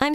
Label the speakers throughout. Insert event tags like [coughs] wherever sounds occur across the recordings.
Speaker 1: I'm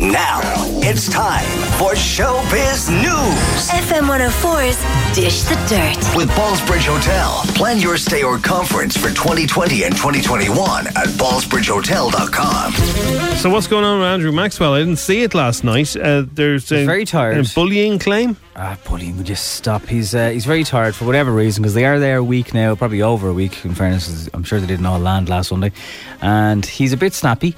Speaker 2: Now it's time for Showbiz News
Speaker 3: FM 104's Dish the Dirt.
Speaker 2: with Ballsbridge Hotel. Plan your stay or conference for 2020 and 2021 at ballsbridgehotel.com.
Speaker 4: So what's going on with Andrew Maxwell? I didn't see it last night. Uh, there's a,
Speaker 5: very tired.
Speaker 4: a bullying claim.
Speaker 5: Ah, bully, would just stop? He's uh, he's very tired for whatever reason because they are there a week now, probably over a week. In fairness, 'cause I'm sure they didn't all land last Sunday, and he's a bit snappy.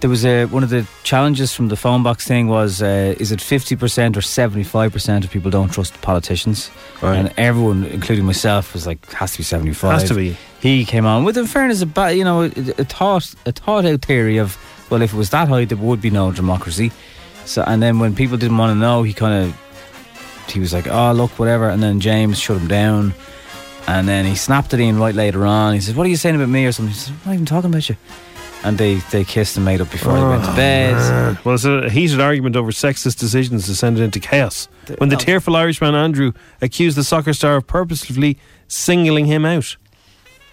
Speaker 5: There was a, one of the challenges from the phone box thing was uh, is it fifty percent or seventy five percent of people don't trust politicians, and everyone, including myself, was like has to be seventy five.
Speaker 4: Has to be.
Speaker 5: He came on with, in fairness, a ba- you know a, a thought a thought out theory of well, if it was that high, there would be no democracy. So, and then when people didn't want to know, he kind of he was like, "Oh, look, whatever," and then James shut him down, and then he snapped at Ian right later on. He said, "What are you saying about me?" or something. He said, "I'm not even talking about you." And they they kissed and made up before they
Speaker 4: Oh,
Speaker 5: went to bed.
Speaker 4: Well, it's a heated argument over sexist decisions descended into chaos when
Speaker 5: oh.
Speaker 4: the tearful Irishman Andrew accused the soccer star of purposefully singling him out.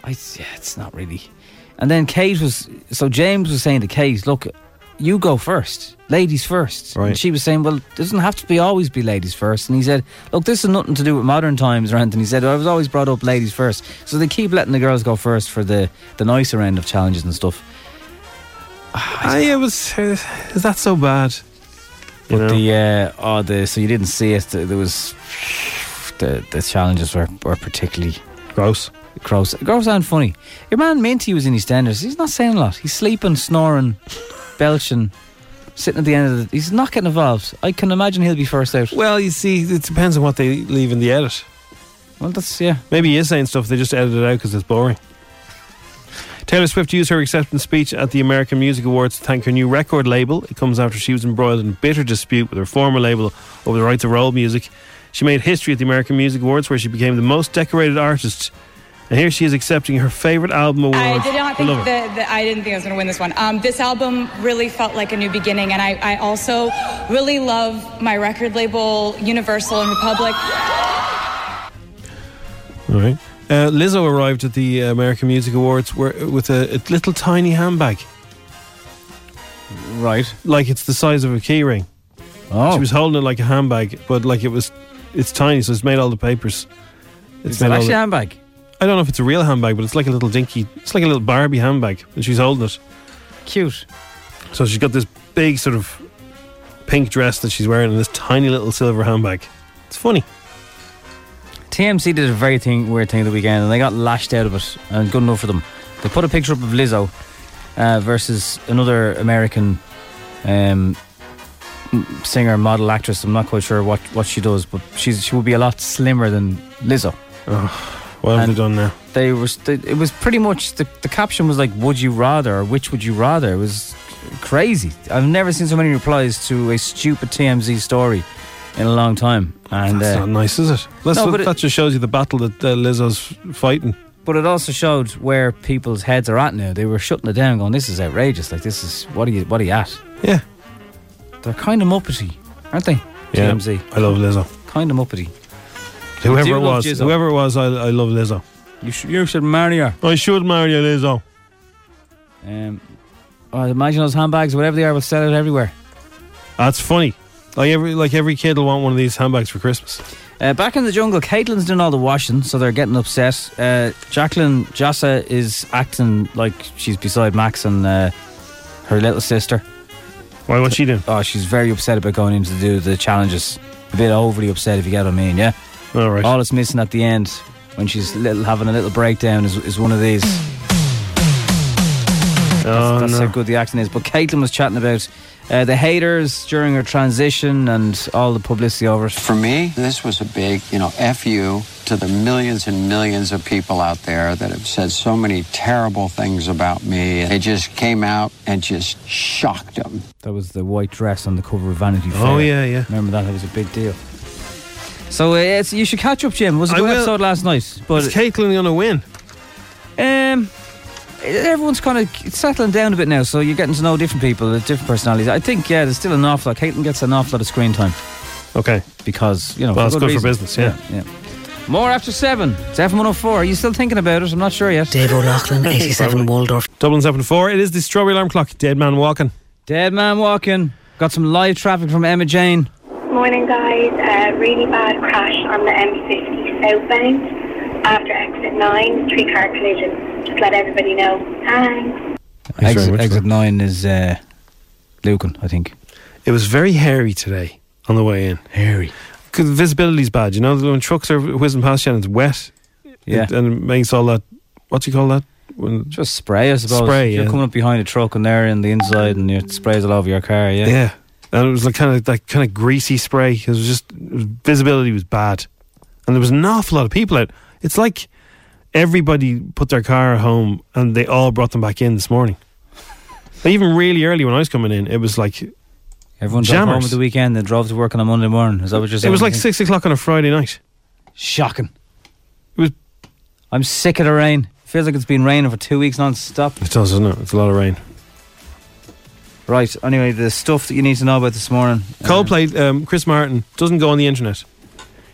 Speaker 5: I, yeah, it's not really. And then Kate was so James was saying to Kate, "Look, you go first, ladies first.
Speaker 4: Right.
Speaker 5: And she was saying, "Well, it doesn't have to be always be ladies first. And he said, "Look, this is nothing to do with modern times or anything." He said, "I was always brought up ladies first, so they keep letting the girls go first for the the nicer end of challenges and stuff."
Speaker 4: I, it was. uh, is that so bad? You know?
Speaker 5: But the uh, oh the so you didn't see it. th- There was the the challenges were, were particularly
Speaker 4: gross.
Speaker 5: gross, gross and funny. Your man Minty was in his EastEnders. He's not saying a lot. He's sleeping, snoring, belching, sitting at the end of the. He's not getting involved. I can imagine he'll be first out.
Speaker 4: Well, you see, it depends on what they leave in the edit.
Speaker 5: Well, that's yeah.
Speaker 4: Maybe he is saying stuff they just edited out because it's boring. Taylor Swift used her acceptance speech at the American Music Awards to thank her new record label. It comes after she was embroiled in bitter dispute with her former label over the right to roll music. She made history at the American Music Awards where she became the most decorated artist. And here she is accepting her favorite album award.
Speaker 6: I did not think
Speaker 4: Love it.
Speaker 6: that that- I didn't think I was going to win this one. Um, this album really felt like a new beginning, and I, I also really love my record label, Universal and Republic.
Speaker 4: All right. Uh, Lizzo arrived at the uh, American Music Awards where, with a, a little tiny handbag,
Speaker 5: Right.
Speaker 4: like it's the size of a key ring.
Speaker 5: Oh,
Speaker 4: She was holding it like a handbag, but like it was, it's tiny, so it's made all the papers. It's
Speaker 5: is it
Speaker 4: made all
Speaker 5: actually
Speaker 4: the-
Speaker 5: a handbag?
Speaker 4: I don't know if it's a real handbag, but it's like a little dinky, it's like a little Barbie handbag, and she's holding it.
Speaker 5: Cute.
Speaker 4: So she's got this big sort of pink dress that she's wearing and this tiny little silver handbag. It's funny.
Speaker 5: TMC did a very thing, weird thing the weekend, and they got lashed out of it, and good enough for them. They put a picture up of Lizzo uh, versus another American um, m- singer, model, actress. I'm not quite sure what, what she does, but she's she would be a lot slimmer than Lizzo.
Speaker 4: What have
Speaker 5: And-
Speaker 4: they done now?
Speaker 5: They were. They, it was pretty much the, the caption was like, "Would you rather?" or "Which would you rather?" It was crazy. I've never seen so many replies to a stupid TMZ story in a long time, and
Speaker 4: That's
Speaker 5: uh,
Speaker 4: not nice, is it? That's
Speaker 5: No,
Speaker 4: what-
Speaker 5: but it-
Speaker 4: that just shows you the battle that uh, Lizzo's fighting.
Speaker 5: But it also showed where people's heads are at now. They were shutting it down, going, "This is outrageous! Like this is what are you? What are you at?"
Speaker 4: Yeah.
Speaker 5: They're kind of muppety, aren't they? TMZ,
Speaker 4: I love Lizzo.
Speaker 5: kind of muppety.
Speaker 4: Whoever
Speaker 5: do
Speaker 4: it
Speaker 5: love
Speaker 4: was,
Speaker 5: Jizzo.
Speaker 4: whoever it was, I, I love Lizzo.
Speaker 5: You should, you should marry her.
Speaker 4: I should marry a Lizzo.
Speaker 5: Um, I imagine those handbags, whatever they are, will sell it everywhere.
Speaker 4: That's funny. Like every like every kid will want one of these handbags for Christmas.
Speaker 5: Uh, back in the jungle, Caitlin's doing all the washing, so they're getting upset. Uh, Jacqueline Jassa is acting like she's beside Max and uh, her little sister.
Speaker 4: Why? What's she doing?
Speaker 5: Oh, she's very upset about going in to do the challenges. A bit overly upset, if you get what I mean, yeah?
Speaker 4: All right.
Speaker 5: Oh, All it's missing at the end, when she's little, having a little breakdown, is, is one of these.
Speaker 4: oh,
Speaker 5: That's how
Speaker 4: no.
Speaker 5: good the acting is. But Caitlin was chatting about uh, the haters during her transition and all the publicity over it.
Speaker 7: For me, this was a big, you know, F you to the millions and millions of people out there that have said so many terrible things about me. It just came out and just shocked them.
Speaker 5: That was the white dress on the cover of Vanity Fair.
Speaker 4: Oh, yeah, yeah.
Speaker 5: Remember that? That was a big deal. So uh, it's, you should catch up, Jim. It was a
Speaker 4: I
Speaker 5: good
Speaker 4: will.
Speaker 5: episode last night. But
Speaker 4: Is Caitlin going to win?
Speaker 5: Um, everyone's kind of settling down a bit now, so you're getting to know different people, uh, different personalities. I think yeah, there's still an awful lot. Caitlin gets an awful lot of screen time
Speaker 4: Okay.
Speaker 5: because you know.
Speaker 4: Well, it's
Speaker 5: good
Speaker 4: good for
Speaker 5: reason.
Speaker 4: business, yeah.
Speaker 5: yeah. yeah. More after seven. It's F104. Are you still thinking about it? I'm not sure yet.
Speaker 3: Dave O'Loughlin, 87 Waldorf.
Speaker 4: Dublin's up in four. It is the strawberry alarm clock. Dead man walking.
Speaker 5: Dead man walking. Got some live traffic from Emma Jane.
Speaker 8: Morning, guys. A really bad crash on the M50 southbound after exit 9, three car collision. Just let everybody know. Thanks.
Speaker 4: very
Speaker 5: exit,
Speaker 4: much,
Speaker 5: exit nine is uh, Lucan, I think.
Speaker 4: It was very hairy today on the way in.
Speaker 5: Harry.
Speaker 4: Because visibility's bad. You know, when trucks are whizzing past you and it's wet
Speaker 5: Yeah.
Speaker 4: it, and it makes all that, what do you call that? When,
Speaker 5: Just spray, I suppose.
Speaker 4: Spray,
Speaker 5: If You're
Speaker 4: yeah.
Speaker 5: coming up behind a truck and they're in the inside, and it sprays all over your car.
Speaker 4: yeah. And it was like kind of that kind of greasy spray. It was just, it was- visibility was bad. And there was an awful lot of people out. It's like everybody put their car home and they all brought them back in this morning. Even really early when I was coming in, it was like
Speaker 5: Everyone drove home
Speaker 4: Jammers.
Speaker 5: at the weekend and drove to work on a Monday morning. Is that what you're saying?
Speaker 4: it was like
Speaker 5: You
Speaker 4: six o'clock on a Friday night.
Speaker 5: think? shocking.
Speaker 4: It was.
Speaker 5: I'm sick of the rain. Feels like it's been raining for two weeks non-stop.
Speaker 4: It does, doesn't it? It's a lot of rain.
Speaker 5: Right. Anyway, the stuff that you need to know about this morning.
Speaker 4: Coldplay, um, Chris Martin doesn't go on the internet.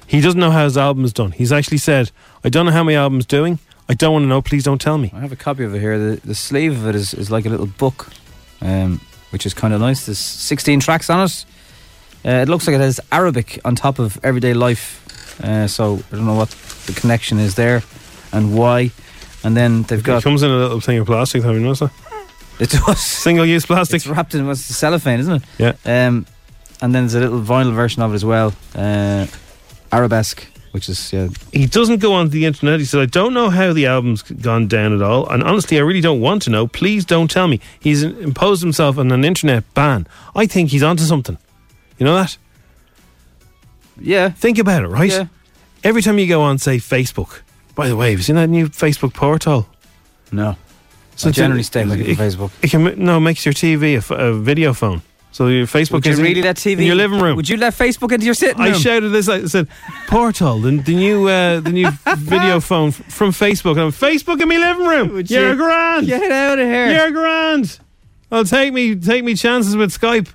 Speaker 4: He doesn't know how his album's done. He's actually said, "I don't know how my album's doing. I don't want to know. Please don't tell me."
Speaker 5: I have a copy of it here. The, the sleeve of it is, is like a little book, um, which is kind of nice. There's 16 tracks on it. Uh, it looks like it has Arabic on top of everyday life. Uh, so I don't know what the connection is there and why. And then they've
Speaker 4: It
Speaker 5: got
Speaker 4: comes in a little thing of plastic. Have you noticed that?
Speaker 5: it [laughs] does.
Speaker 4: Single-use plastic.
Speaker 5: It's wrapped in what's the cellophane, isn't it?
Speaker 4: Yeah.
Speaker 5: Um, and then there's a little vinyl version of it as well, uh, arabesque, which is yeah,
Speaker 4: He doesn't go on the internet. He said, "I don't know how the album's gone down at all, and honestly, I really don't want to know. Please don't tell me." He's imposed himself on an internet ban. I think he's onto something. You know that?
Speaker 5: yeah,
Speaker 4: Think about it, right?
Speaker 5: yeah.
Speaker 4: Every time you go on, say Facebook. By the way, have you seen that new Facebook portal?
Speaker 5: No,
Speaker 4: So
Speaker 5: I generally
Speaker 4: it-
Speaker 5: stay away
Speaker 4: it-
Speaker 5: from Facebook.
Speaker 4: It can no it makes your TV a, f- a video phone. So your Facebook
Speaker 5: Would you
Speaker 4: is in-
Speaker 5: really let TV
Speaker 4: in your living room.
Speaker 5: Would you let Facebook into your sitting
Speaker 4: I
Speaker 5: room?
Speaker 4: shouted this. I said, "Portal, the, the new uh,
Speaker 5: [laughs]
Speaker 4: the new video phone f- from Facebook." And I'm Facebook in my living room.
Speaker 5: Would
Speaker 4: You're
Speaker 5: you-
Speaker 4: grand.
Speaker 5: Get out of here!
Speaker 4: You're grand. I'll take me take me chances with Skype.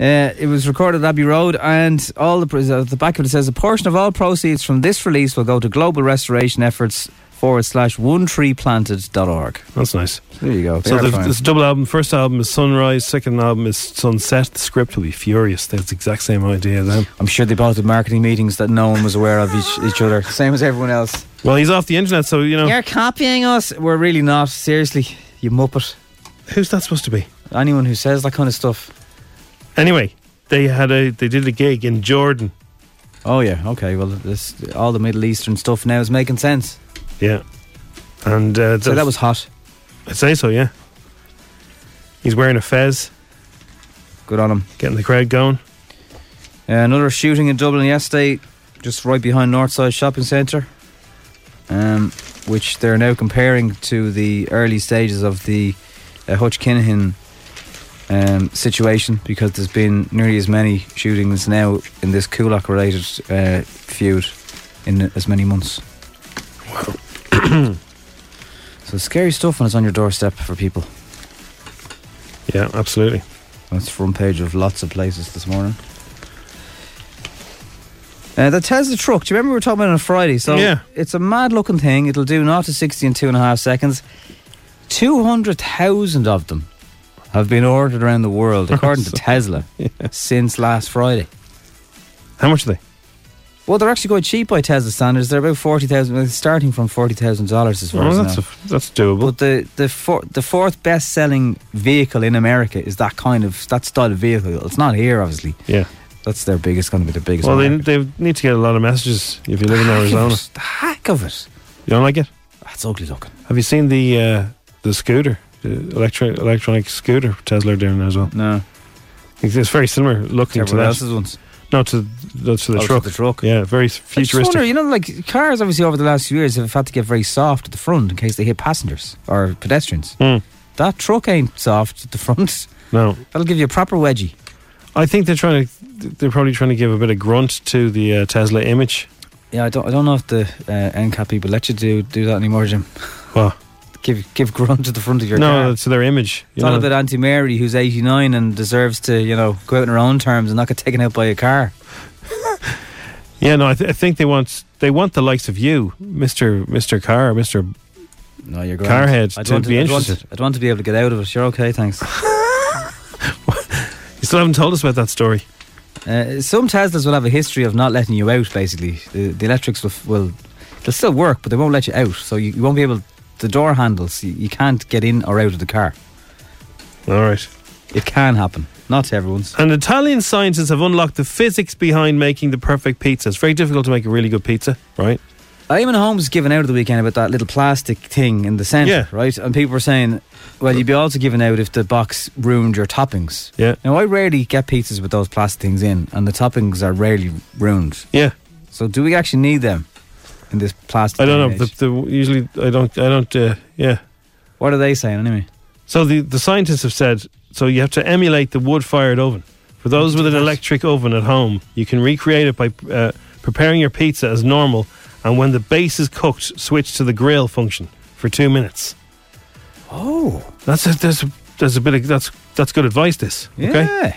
Speaker 5: Uh, it was recorded at Abbey Road, and all the at the back of it says a portion of all proceeds from this release will go to global restoration efforts forward slash one tree planted.org.
Speaker 4: That's nice.
Speaker 5: There you go.
Speaker 4: So
Speaker 5: They are
Speaker 4: the,
Speaker 5: fine.
Speaker 4: this double album. First album is Sunrise. Second album is Sunset. The script will be furious. That's the exact same idea. Then.
Speaker 5: I'm sure they both had marketing meetings that no one was aware of each, each other, [laughs] same as everyone else.
Speaker 4: Well, he's off the internet, so you know
Speaker 5: You're copying us. We're really not. Seriously, you muppet.
Speaker 4: who's that supposed to be?
Speaker 5: Anyone who says that kind of stuff.
Speaker 4: Anyway, they had a they did a gig in Jordan.
Speaker 5: Oh yeah. Okay. Well, this all the Middle Eastern stuff now is making sense.
Speaker 4: Yeah, and uh,
Speaker 5: So that was hot.
Speaker 4: I'd say so. Yeah, he's wearing a fez,
Speaker 5: Good on him.
Speaker 4: getting the crowd going.
Speaker 5: Uh, another shooting in Dublin yesterday, just right behind Northside Shopping Centre, um, which they're now comparing to the early stages of the uh, Hutch Kinahan um, situation because there's been nearly as many shootings now in this Kulak related uh, feud in as many months. Wow. [coughs] so scary stuff when it's on your doorstep for people.
Speaker 4: Yeah, absolutely.
Speaker 5: That's front page of lots of places this morning. Uh, the Tesla truck, do you remember we were talking about it on Friday? So
Speaker 4: Yeah.
Speaker 5: it's a mad looking thing. It'll do not to 60 in two and a half seconds. 200,000 of them
Speaker 4: [laughs]
Speaker 5: have been ordered around the world, according to Tesla, since last Friday.
Speaker 4: How much are they?
Speaker 5: Well, they're actually quite cheap by Tesla standards. They're about forty thousand, starting from forty thousand dollars as well.
Speaker 4: Oh, that's a- that's doable.
Speaker 5: But the the four, the fourth best selling vehicle in America is that kind of that style of vehicle. It's not here, obviously.
Speaker 4: Yeah,
Speaker 5: that's their biggest, going to be their biggest.
Speaker 4: well,
Speaker 5: market.
Speaker 4: they, they need to get a lot of messages if you live in
Speaker 5: Heck of
Speaker 4: Arizona.
Speaker 5: it. The heck of it.
Speaker 4: You don't like it?
Speaker 5: That's ugly looking.
Speaker 4: Have you seen the uh, the scooter, the electro, electronic scooter Tesla are doing as well?
Speaker 5: No,
Speaker 4: it's, it's very similar looking to
Speaker 5: everyone
Speaker 4: that.
Speaker 5: else's ones.
Speaker 4: No, to no, to the
Speaker 5: Oh, to
Speaker 4: truck.
Speaker 5: the truck.
Speaker 4: Yeah, very s-
Speaker 5: I just wonder,
Speaker 4: futuristic.
Speaker 5: you know, like cars obviously over the last few years have had to get very soft at the front in case they hit passengers or pedestrians. That truck ain't soft at the front. [laughs]
Speaker 4: No,
Speaker 5: that'll give you a proper wedgie.
Speaker 4: I think they're trying to. They're probably trying to give a bit of grunt to the uh, Tesla image.
Speaker 5: Yeah, I don't. I don't know if the uh, NCAP people let you do do that anymore, Jim.
Speaker 4: What?
Speaker 5: give give grunt at the front of your car.
Speaker 4: no, that's their image.
Speaker 5: It's
Speaker 4: You
Speaker 5: all
Speaker 4: know.
Speaker 5: about Auntie Mary, who's 89 and deserves to, you know, go out on her own terms and not get taken out by a car.
Speaker 4: Yeah, no, I, th- I think they want they want the likes of you, Mister Mister Car, Mister
Speaker 5: No, you're grand.
Speaker 4: Carhead,
Speaker 5: I'd
Speaker 4: to,
Speaker 5: want
Speaker 4: be
Speaker 5: I'd want-
Speaker 4: interested.
Speaker 5: I'd want to be able to get out of it. You're okay, thanks.
Speaker 4: You still haven't told us about that story.
Speaker 5: Uh, some Teslas will have a history of not letting you out. Basically, the, the electrics will, will they'll still work, but they won't let you out. So you, you won't be able. The door handles you, you can't get in or out of the car.
Speaker 4: All right,
Speaker 5: it can happen. Not to everyone's.
Speaker 4: And Italian scientists have unlocked the physics behind making the perfect pizza. It's very difficult to make a really good pizza, right?
Speaker 5: Eamon Holmes giving out of the weekend about that little plastic thing in the centre,
Speaker 4: Yeah.
Speaker 5: right? And people were saying, well, you'd be also giving out if the box ruined your toppings.
Speaker 4: Yeah.
Speaker 5: Now, I rarely get pizzas with those plastic things in, and the toppings are rarely ruined.
Speaker 4: Yeah.
Speaker 5: So, do we actually need them in this plastic?
Speaker 4: I don't
Speaker 5: day
Speaker 4: know.
Speaker 5: and
Speaker 4: The, the, usually, I don't. I don't. Uh, yeah.
Speaker 5: What are they saying anyway?
Speaker 4: So the the scientists have said so you have to emulate the wood fired oven. For those with an electric oven at home, you can recreate it by uh, preparing your pizza as normal, and when the base is cooked, switch to the grill function for two minutes.
Speaker 5: Oh,
Speaker 4: that's a, there's a, there's a bit of that's that's good advice. This okay?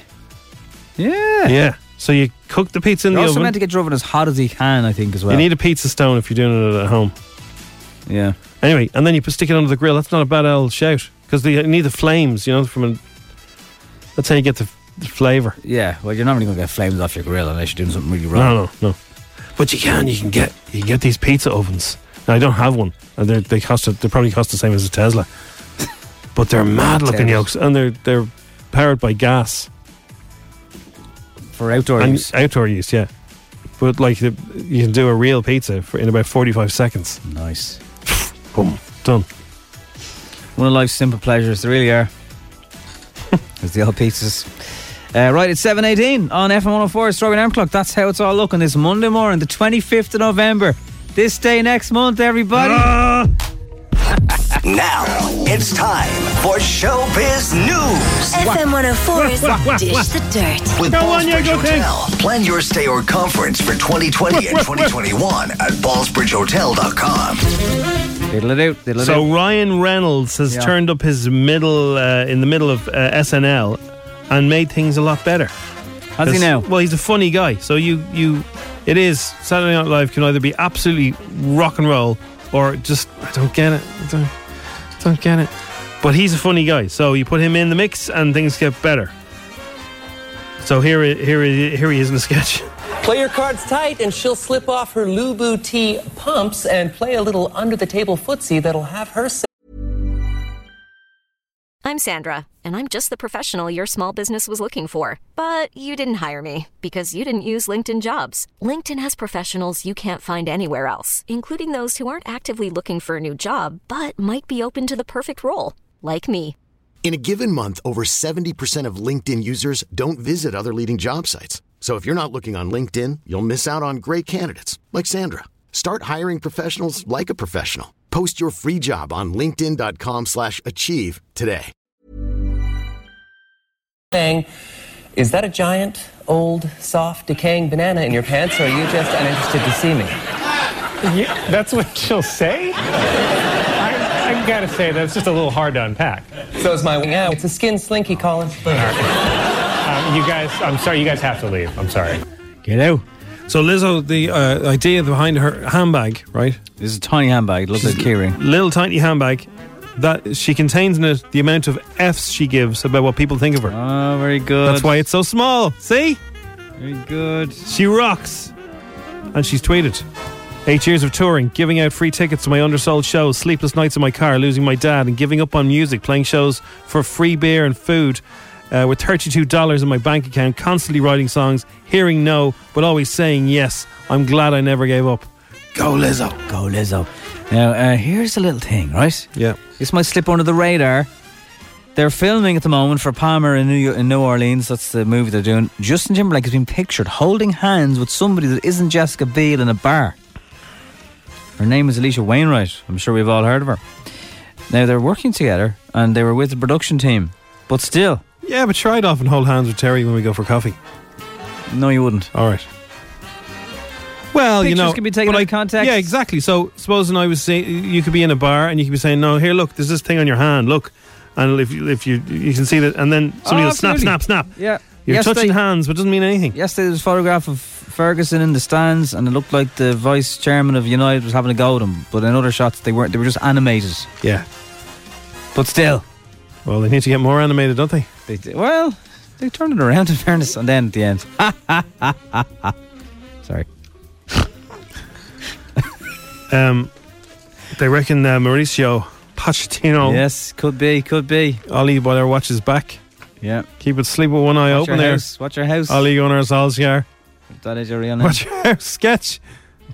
Speaker 5: Yeah. Yeah.
Speaker 4: Yeah. So you cook the pizza in
Speaker 5: You're
Speaker 4: the
Speaker 5: also
Speaker 4: oven.
Speaker 5: meant to get your oven as hot as you can, I think, as well.
Speaker 4: You need a pizza stone if you're doing it at home.
Speaker 5: Yeah.
Speaker 4: Anyway, and then you put- stick it under the grill. That's not a bad old shout because you need the flames, you know, from a. That's how you get the, the flavour.
Speaker 5: yeah. Well, you're not really going to get flames off your grill unless you're doing something really wrong.
Speaker 4: No, no, no. But you can, you can get, you can get these pizza ovens. Now, I don't have one, and they're, they cost, a- they probably cost the same as a
Speaker 5: [laughs]
Speaker 4: Tesla. But they're mad looking
Speaker 5: Terrible.
Speaker 4: yokes, and they're they're powered by gas
Speaker 5: For outdoor
Speaker 4: and
Speaker 5: use.
Speaker 4: outdoor use, yeah. But like, the, you can do a real pizza for, in about forty-five seconds.
Speaker 5: Nice.
Speaker 4: Boom, done.
Speaker 5: One of life's simple pleasures, they really
Speaker 4: [laughs]
Speaker 5: are. There's the old pizzas. Uh, right, it's 7.18 on FM 104, Strawberry oh Alarm Clock. That's how it's all looking this Monday morning, the 25th of November. This day next month, everybody.
Speaker 4: Ah.
Speaker 2: Now it's time for Showbiz News.
Speaker 9: FM 104's Dish the Dirt.
Speaker 2: With Ballsbridge Hotel. Plan your stay or conference for 2020 and 2021 at ballsbridgehotel.com.
Speaker 5: Diddle it out, diddle it
Speaker 4: So
Speaker 5: out.
Speaker 4: Ryan Reynolds has
Speaker 5: Yeah.
Speaker 4: turned up his middle uh, in the middle of uh, SNL and made things a lot better.
Speaker 5: How's he
Speaker 4: It's-
Speaker 5: now?
Speaker 4: Well, he's a funny guy. So you you it is Saturday Night Live can either be absolutely rock and roll or just I don't get it. I don't, don't get it. But he's a funny guy. So you put him in the mix and things get better. So here i- here i- here he is in a
Speaker 10: [laughs]
Speaker 4: sketch.
Speaker 11: Play your cards tight, and she'll slip off her Lubu T pumps and play a little under the table footsie that'll have her
Speaker 1: I'm Sandra, and I'm just the professional your small business was looking for. But you didn't hire me because you didn't use LinkedIn jobs. LinkedIn has professionals you can't find anywhere else, including those who aren't actively looking for a new job but might be open to the perfect role, like me.
Speaker 12: In a given month, over 70% of LinkedIn users don't visit other leading job sites. So if you're not looking on LinkedIn, you'll miss out on great candidates like Sandra. Start hiring professionals like a professional. Post your free job on linkedin.com/achieve slash achieve today.
Speaker 11: saying, Is that a giant, old, soft, decaying banana in your pants, or are you just uninterested to see me?
Speaker 10: that's what she'll say? I, I gotta say, that's just a little hard to unpack.
Speaker 11: So is my. Yeah, it's a skin slinky, Colin.
Speaker 10: Um, you guys, I'm sorry, you guys have to leave. I'm sorry.
Speaker 5: Get out.
Speaker 4: So Lizzo, the uh, idea behind her handbag, right?
Speaker 5: This is a tiny handbag. It looks like a keyring.
Speaker 4: Little tiny handbag that she contains in it the amount of Fs she gives about what people think of her.
Speaker 5: Oh, very good.
Speaker 4: That's why it's so small. See? Very good. She rocks. And she's tweeted. Eight years of touring, giving out free tickets to my undersold shows, sleepless nights in my car, losing my dad, and giving up on music, playing shows for free beer and food uh, with $32 in my bank account, constantly writing songs, hearing no, but always saying yes. I'm glad I never gave up. Go, Lizzo.
Speaker 5: Go, Lizzo. Now, uh, here's a little thing, right?
Speaker 4: Yeah.
Speaker 5: This might slip under the radar. They're filming at the moment for Palmer in New, in New Orleans. That's the movie they're doing. Justin Timberlake has been pictured holding hands with somebody that isn't Jessica Biel in a bar. Her name is Alicia Wainwright. I'm sure we've all heard of her. Now, they're working together and they were with the production team, but still.
Speaker 4: Yeah, but try it off and hold hands with Terry when we go for coffee.
Speaker 5: No, you wouldn't.
Speaker 4: All right. Well, you
Speaker 5: Pictures
Speaker 4: know,
Speaker 5: can be taken
Speaker 4: but
Speaker 5: out
Speaker 4: I-
Speaker 5: of context.
Speaker 4: Yeah, exactly. So, supposing I was saying, you could be in a bar and you could be saying, "No, here, look, there's this thing on your hand. Look," and if you, if you you can see that, and then somebody
Speaker 5: Oh,
Speaker 4: will snap,
Speaker 5: absolutely.
Speaker 4: snap, snap.
Speaker 5: Yeah.
Speaker 4: You're
Speaker 5: Yes,
Speaker 4: touching
Speaker 5: they-
Speaker 4: hands, but it doesn't mean anything.
Speaker 5: Yesterday, there was a photograph of Ferguson in the stands, and it looked like the vice chairman of United was having a go at him. But in other shots, they weren't. They were just animated.
Speaker 4: Yeah.
Speaker 5: But still.
Speaker 4: Well, they need to get more animated, don't they?
Speaker 5: They did. Well, they turned it around [laughs] in fairness, and then at the end. [laughs] Sorry.
Speaker 4: Um, they reckon uh, Mauricio Pochettino.
Speaker 5: Yes, could be, could be.
Speaker 4: Ollie, while their watch is back.
Speaker 5: Yeah.
Speaker 4: Keep it sleep with one eye
Speaker 5: Watch
Speaker 4: open
Speaker 5: your
Speaker 4: there.
Speaker 5: house, watch your house.
Speaker 4: Ollie Gunnar Solskjaer.
Speaker 5: That is your real name.
Speaker 4: [laughs] Watch your house. Sketch.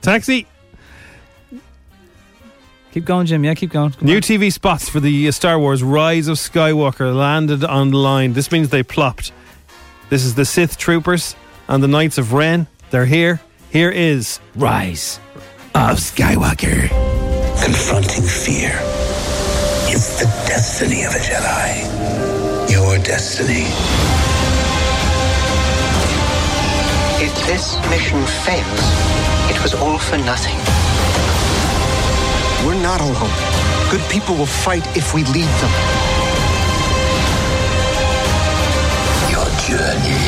Speaker 4: Taxi.
Speaker 5: Keep going, Jim. Yeah, keep going.
Speaker 4: New TV spots for the uh, Star Wars Rise of Skywalker landed on the line. This means they plopped. This is the Sith Troopers and the Knights of Ren. They're here. Here is
Speaker 5: Rise
Speaker 4: of Skywalker.
Speaker 13: Confronting fear is the destiny of a Jedi. Your destiny.
Speaker 14: If this mission fails, it was all for nothing.
Speaker 15: We're not alone. Good people will fight if we lead them.
Speaker 13: Your journey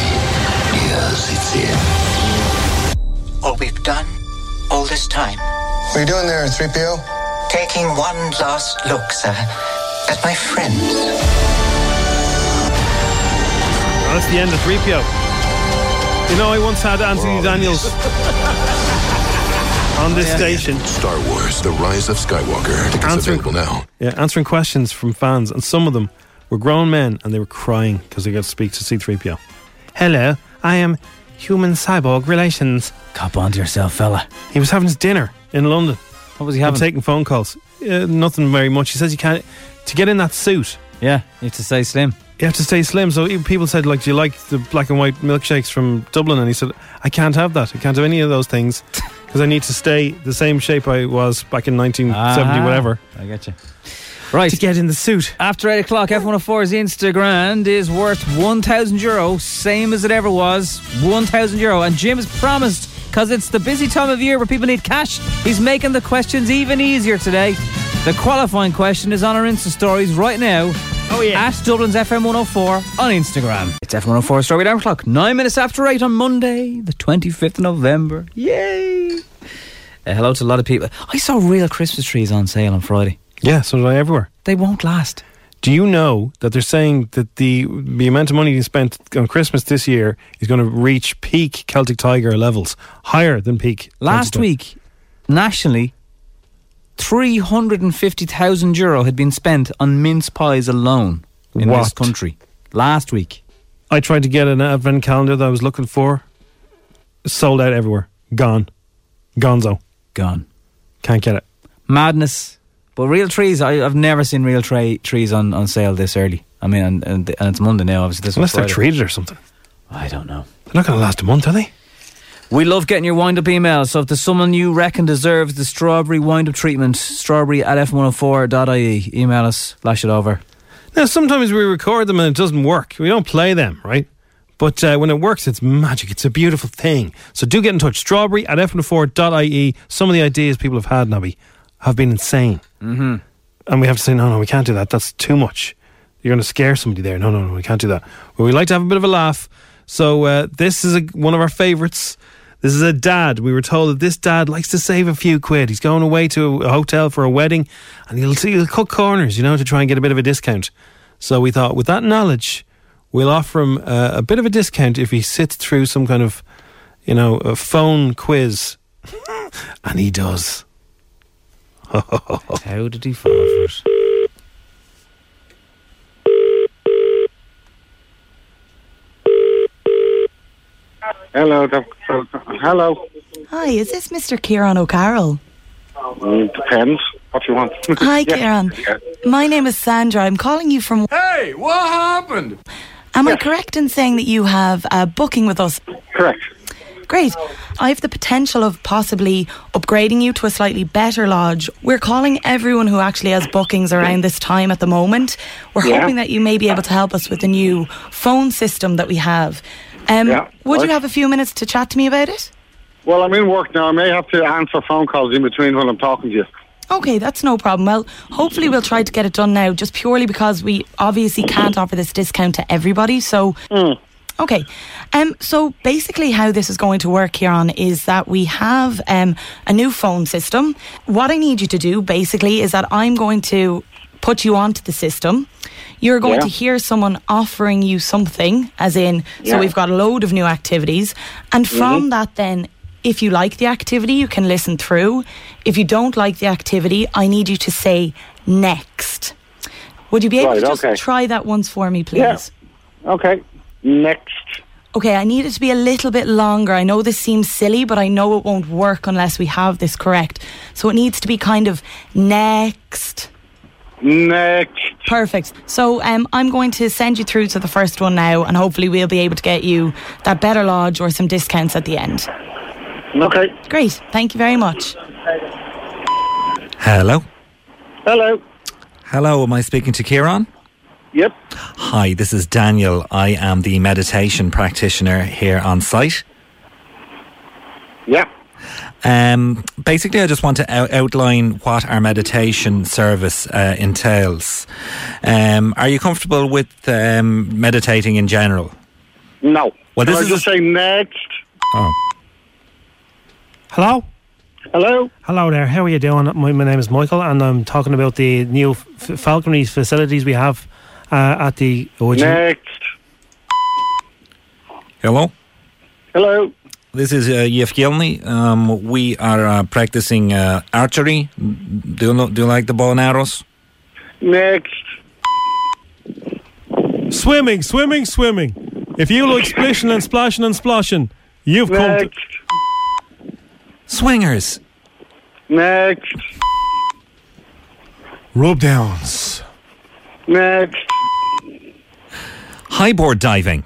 Speaker 13: nears its end.
Speaker 14: All we've done all this time.
Speaker 15: What are you doing there, 3PO?
Speaker 14: Taking one last look, sir, at my friends.
Speaker 4: That's the end of 3PO. You know, I once had Anthony [laughs] Daniels on this station.
Speaker 16: Star Wars: The Rise of Skywalker. Tickets
Speaker 4: Answer-
Speaker 16: available now.
Speaker 4: Yeah, answering questions from fans, and some of them were grown men and they were crying because they got to speak to C3PO. Hello, I am human cyborg relations.
Speaker 5: Cop on to yourself, fella.
Speaker 4: He was having his dinner in London.
Speaker 5: What was he
Speaker 4: And
Speaker 5: having?
Speaker 4: taking phone calls. Uh, nothing very much. He says you can't to get in that suit.
Speaker 5: Yeah, you have to stay slim.
Speaker 4: You have to stay slim. So even people said, like, do you like the black and white milkshakes from Dublin? And he said, I can't have that. I can't have any of those things because I need to stay the same shape I was back in 1970,
Speaker 5: Ah,
Speaker 4: whatever.
Speaker 5: I get you. Right. To
Speaker 4: get in the suit.
Speaker 5: After 8 o'clock, F104's Instagram is worth 1,000 euro, same as it ever was. 1,000 euro. And Jim has promised, because it's the busy time of year where people need cash, he's making the questions even easier today. The qualifying question is on our Insta stories right now. Oh, yeah. At Dublin's FM104 on Instagram. It's F104 Strawberry Down Clock, nine minutes after eight on Monday, the 25th of November. Yay! Uh, hello to a lot of people. I saw real Christmas trees on sale on Friday.
Speaker 4: Yeah, so did I everywhere.
Speaker 5: They won't last.
Speaker 4: Do you know that they're saying that the the amount of money being spent on Christmas this year is going to reach peak Celtic Tiger levels, higher than peak
Speaker 5: Last
Speaker 4: Celtic Tiger.
Speaker 5: week, nationally, 350,000 euro had been spent on mince pies alone in this
Speaker 4: What?
Speaker 5: country. Last week.
Speaker 4: I tried to get an advent calendar that I was looking for. Sold out everywhere. Gone. Gonzo.
Speaker 5: Gone.
Speaker 4: Can't get it.
Speaker 5: Madness. But real trees, I, I've never seen real tra- trees on, on sale this early. I mean, and, and, and it's Monday now, obviously. This
Speaker 4: Unless
Speaker 5: was
Speaker 4: they're
Speaker 5: Friday.
Speaker 4: treated or something.
Speaker 5: I don't know.
Speaker 4: They're not going to last a month, are they?
Speaker 5: We love getting your wind up emails. So if there's someone you reckon deserves the strawberry wind up treatment, strawberry at f104.ie, E, email us, lash it over.
Speaker 4: Now, sometimes we record them and it doesn't work. We don't play them, right? But uh, when it works, it's magic. It's a beautiful thing. So do get in touch. Strawberry at f4.ie. E. Some of the ideas people have had, Nobby, have been insane.
Speaker 5: Mm-hmm.
Speaker 4: And we have to say, no, no, we can't do that. That's too much. You're going to scare somebody there. No, no, no, we can't do that. But we like to have a bit of a laugh. So uh, this is a, one of our favourites. This is a dad. We were told that this dad likes to save a few quid. He's going away to a hotel for a wedding, and he'll, he'll cut corners, you know, to try and get a bit of a discount. So we thought, with that knowledge, we'll offer him uh, a bit of a discount if he sits through some kind of you know, a phone quiz. [laughs] and he does.
Speaker 5: How did he fall for it?
Speaker 17: Hello, Dr. Phil. Hello.
Speaker 18: Hi, is this Mr. Kieran O'Carroll?
Speaker 17: Mm, depends. What you want? [laughs]
Speaker 18: Hi,
Speaker 17: Yeah.
Speaker 18: Kieran. My name is Sandra. I'm calling you from.
Speaker 17: Hey, what happened?
Speaker 18: Am I correct in saying that you have a booking with us?
Speaker 17: Correct.
Speaker 18: Great. I have the potential of possibly upgrading you to a slightly better lodge. We're calling everyone who actually has bookings around this time at the moment. We're
Speaker 17: Yeah.
Speaker 18: hoping that you may be able to help us with the new phone system that we have. Um,
Speaker 17: Yeah,
Speaker 18: would
Speaker 17: right.
Speaker 18: you have a few minutes to chat to me about it?
Speaker 17: Well, I'm in work now. I may have to answer phone calls in between when I'm talking to you.
Speaker 18: Okay, that's no problem. Well, hopefully we'll try to get it done now, just purely because we obviously can't offer this discount to everybody. So, okay. Um, so basically, how this is going to work here on is that we have um, a new phone system. What I need you to do basically is that I'm going to put you onto the system. You're going
Speaker 19: Yeah.
Speaker 18: to hear someone offering you something, as in, so
Speaker 19: Yeah.
Speaker 18: we've got a load of new activities, and
Speaker 17: Mm-hmm.
Speaker 18: from
Speaker 19: Mhm.
Speaker 18: that then if you like the activity you can listen through if you don't like the activity i need you to say next would you be able
Speaker 17: Right,
Speaker 18: to just
Speaker 17: okay.
Speaker 18: try that once for me please
Speaker 17: Yeah. Okay. Next.
Speaker 18: okay i need it to be a little bit longer i know this seems silly but i know it won't work unless we have this correct so it needs to be kind of next
Speaker 17: Next.
Speaker 18: Perfect. So um, I'm going to send you through to the first one now, and hopefully we'll be able to get you that better lodge or some discounts at the end.
Speaker 17: Okay.
Speaker 18: Great. Thank you very much.
Speaker 20: Hello.
Speaker 17: Hello.
Speaker 20: Hello, am I speaking to Kieran?
Speaker 17: Yep.
Speaker 20: Hi, this is Daniel. I am the meditation practitioner here on site.
Speaker 17: Yeah.
Speaker 20: Um, basically, I just want to out- outline what our meditation service uh, entails. Um, are you comfortable with um, meditating in general?
Speaker 17: No.
Speaker 20: Well, this
Speaker 17: Can I
Speaker 20: is
Speaker 17: just say next.
Speaker 20: Oh.
Speaker 4: Hello?
Speaker 17: Hello?
Speaker 4: Hello there. How are you doing? My, my name is Michael, and I'm talking about the new f- falconry facilities we have uh, at the. Origin.
Speaker 17: Next.
Speaker 20: Hello.
Speaker 17: Hello.
Speaker 20: This is uh, Yef Gilney. Um, we are uh, practicing uh, archery. Do you, know, do you like the bow and arrows?
Speaker 17: Next.
Speaker 4: Swimming, swimming, swimming. If you like splishing and splashing and splashing, you've come. To-
Speaker 20: Swingers.
Speaker 17: Next.
Speaker 20: Rub downs.
Speaker 17: Next.
Speaker 20: High board diving.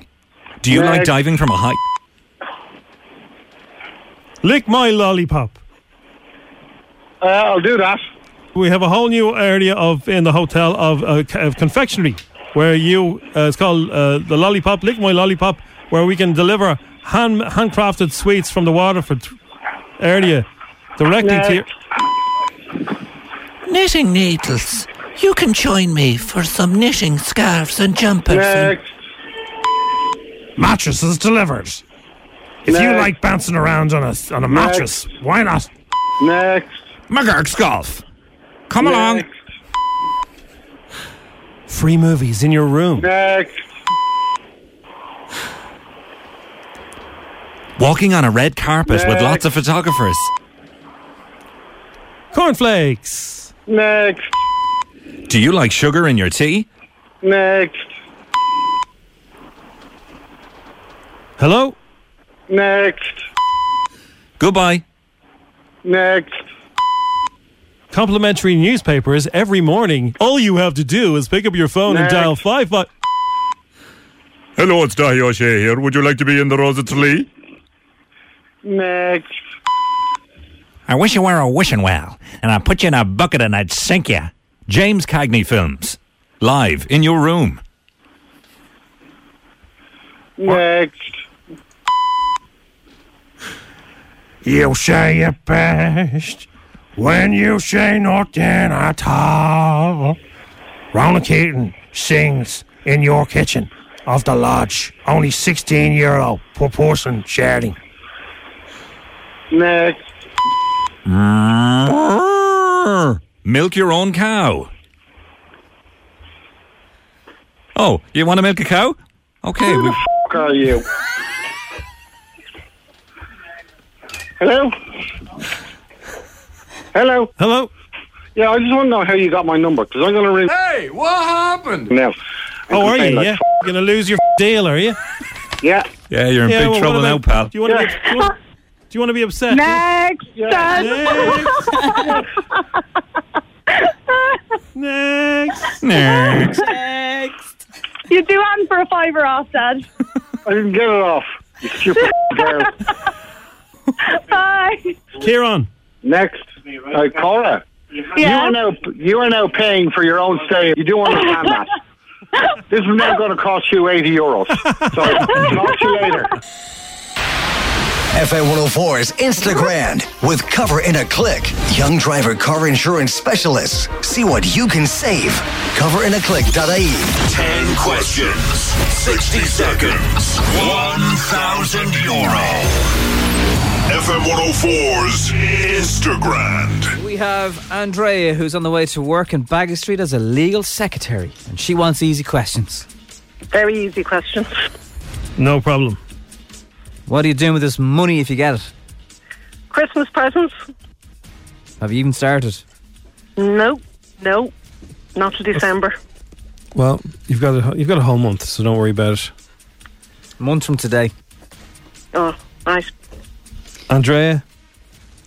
Speaker 20: Do you like
Speaker 4: Next.
Speaker 20: diving from a high?
Speaker 4: Lick my lollipop.
Speaker 17: Uh, I'll do that.
Speaker 4: We have a whole new area of in the hotel of, uh, c- of confectionery where you uh, it's called uh, the lollipop lick my lollipop where we can deliver hand handcrafted sweets from the Waterford area directly to your
Speaker 21: Knitting needles. You can join me for some knitting scarves and jumpers. and-
Speaker 22: Mattresses delivered. If you like bouncing around on a on a mattress, why not?
Speaker 17: Next.
Speaker 22: McGurk's golf. Come along.
Speaker 4: free movies in your room.
Speaker 17: Next.
Speaker 20: Walking on a red carpet with lots of photographers.
Speaker 4: Cornflakes.
Speaker 17: Next.
Speaker 20: Do you like sugar in your tea?
Speaker 17: Next.
Speaker 4: Hello?
Speaker 17: Next.
Speaker 20: Goodbye.
Speaker 17: Next.
Speaker 4: Complimentary newspapers every morning. All you have to do is pick up your phone
Speaker 23: Next.
Speaker 4: and dial five five.
Speaker 23: Hello, it's Dahi O'Shea here. Would you like to be in the Rosa Tralee?
Speaker 17: Next.
Speaker 20: I wish you were a wishing well, and I'd put you in a bucket and I'd sink you. James Cagney Films. Live in your room.
Speaker 17: Next.
Speaker 22: You say it best when you say nothing at all. Ronald Keaton sings in your kitchen of the lodge. Only 16 euro per person sharing.
Speaker 17: Next.
Speaker 20: Milk your own cow. Oh, you want to milk a cow? Okay. we
Speaker 17: F- are you? Hello? Hello?
Speaker 4: Hello?
Speaker 17: Yeah, I just want to know how you got my number, because I'm going to ring
Speaker 24: Hey, what happened?
Speaker 17: now.
Speaker 4: Oh, are you? yeah. You're going to lose your deal, are you?
Speaker 17: Yeah.
Speaker 20: Yeah, you're in
Speaker 4: Yeah,
Speaker 20: big
Speaker 4: well, what
Speaker 20: trouble now,
Speaker 4: about-
Speaker 20: pal.
Speaker 4: Do you want to be, do you want, do you want to be upset?
Speaker 6: Next.
Speaker 4: Next.
Speaker 7: [laughs]
Speaker 4: Next.
Speaker 6: Next.
Speaker 17: Next.
Speaker 6: You do hand for a fiver off, Dad.
Speaker 17: I didn't get it off. You stupid girl.
Speaker 6: Bye.
Speaker 4: Kieran.
Speaker 17: Next. Uh, Cora. You,
Speaker 6: Yeah?
Speaker 17: are now, you are now paying for your own stay. You do understand that. This is now going to cost you 80 euros. So, talk to you later.
Speaker 2: FA 104's Instagram with Cover in a Click. Young driver car insurance specialists. See what you can save. Coverinaclick.ie.
Speaker 13: 10 questions, 60 seconds, 1,000 euro. FM 104's Instagram.
Speaker 5: We have Andrea, who's on the way to work in Bagley Street as a legal secretary, and she wants easy questions.
Speaker 7: Very easy question.
Speaker 4: No problem.
Speaker 5: What are you doing with this money if you get it?
Speaker 7: Christmas presents?
Speaker 5: Have you even started?
Speaker 7: No, no, not to December.
Speaker 4: Well, you've got a, you've got a whole month, so don't worry about it.
Speaker 5: A month from today.
Speaker 7: Oh, right.
Speaker 4: Andrea,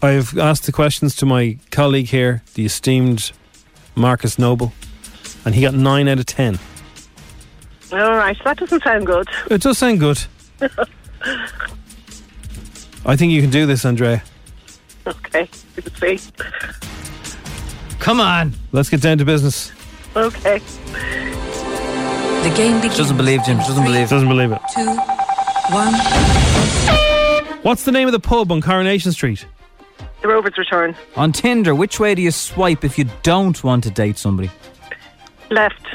Speaker 4: I have asked the questions to my colleague here, the esteemed Marcus Noble, and he got 9 out of 10.
Speaker 7: All right, that doesn't sound good.
Speaker 4: It does sound
Speaker 7: [laughs]
Speaker 4: good. I think you can do this, Andrea.
Speaker 7: Okay, let's see.
Speaker 5: Come on.
Speaker 4: Let's get down to business.
Speaker 7: Okay.
Speaker 5: The game begins. Doesn't believe Jim. Doesn't believe.
Speaker 4: Doesn't believe it.
Speaker 7: Two, one.
Speaker 4: What's the name of the pub on Coronation Street?
Speaker 7: The Rover's return.
Speaker 5: On Tinder, which way do you swipe if you don't want to date somebody?
Speaker 7: Left.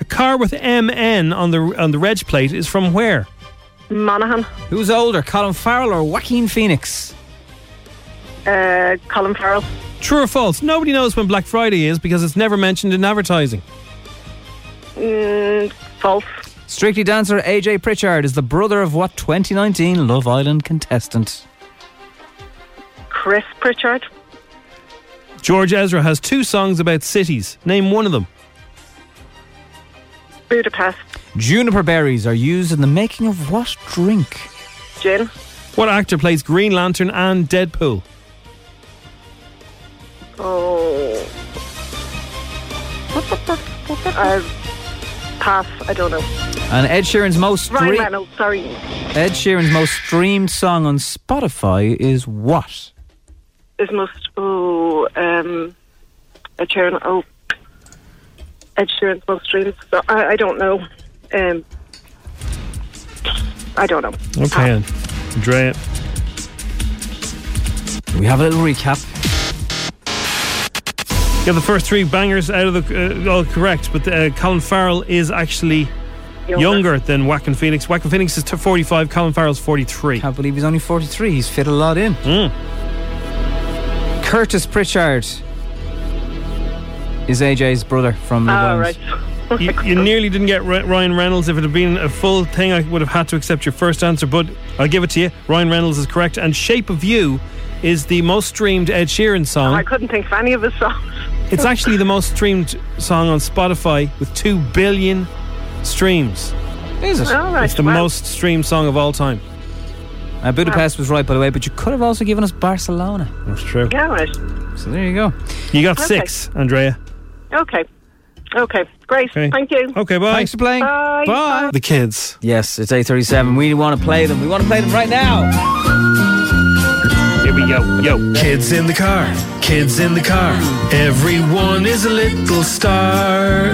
Speaker 4: A car with MN on the on the reg plate is from where?
Speaker 7: Monaghan.
Speaker 5: Who's older, Colin Farrell or Joaquin Phoenix?
Speaker 7: Uh, Colin Farrell.
Speaker 4: True or false? Nobody knows when Black Friday is because it's never mentioned in advertising.
Speaker 7: Mm, false.
Speaker 5: Strictly dancer AJ Pritchard is the brother of what 2019 Love Island contestant?
Speaker 7: Chris Pritchard.
Speaker 4: George Ezra has two songs about cities. Name one of them.
Speaker 7: Budapest.
Speaker 5: Juniper berries are used in the making of what drink?
Speaker 7: Gin.
Speaker 4: What actor plays Green Lantern and Deadpool?
Speaker 7: Oh. Uh, pass. I don't know.
Speaker 5: And Ed Sheeran's most
Speaker 7: Ryan
Speaker 5: stre-
Speaker 7: Reynolds. Sorry.
Speaker 5: Ed Sheeran's most streamed song on Spotify is what?
Speaker 7: is most oh um Ed Sheeran oh Ed Sheeran's most streams. So I, I don't know. Um I don't know.
Speaker 4: Okay, Andrea.
Speaker 5: We have a little recap.
Speaker 4: Yeah, the first three bangers out of the uh, all correct, but uh, Colin Farrell is actually younger, than Wacken Phoenix. Wacken Phoenix is t- 45, Colin Farrell's Hmm. 43.
Speaker 5: Can't believe he's only 43. He's fit a lot in. Curtis Pritchard is AJ's brother from Love Island.
Speaker 7: [laughs]
Speaker 4: you, you nearly didn't get Ry- Ryan Reynolds. If it had been a full thing, I would have had to accept your first answer, but I'll give it to you. Ryan Reynolds is correct. And Shape of You is the most streamed Ed Sheeran song.
Speaker 7: I couldn't think of any of his songs.
Speaker 4: It's actually the most streamed song on Spotify with 2 billion streams.
Speaker 7: Is it? All right,
Speaker 4: it's the
Speaker 7: wow.
Speaker 4: most streamed song of all time.
Speaker 5: Uh, Budapest was right, by the way, but you could have also given us Barcelona.
Speaker 4: That's true.
Speaker 7: Yeah, all right.
Speaker 5: So there you go.
Speaker 4: You got
Speaker 7: Okay.
Speaker 4: six, Andrea.
Speaker 7: Okay. Okay. Great. Thank you.
Speaker 4: Okay, bye.
Speaker 5: Thanks for playing.
Speaker 7: Bye.
Speaker 4: The kids.
Speaker 5: Yes, it's 8.37. We want to play them. We want to play them right now.
Speaker 4: Here we go. Yo.
Speaker 19: Kids in the car. Kids in the car. Everyone is a little star.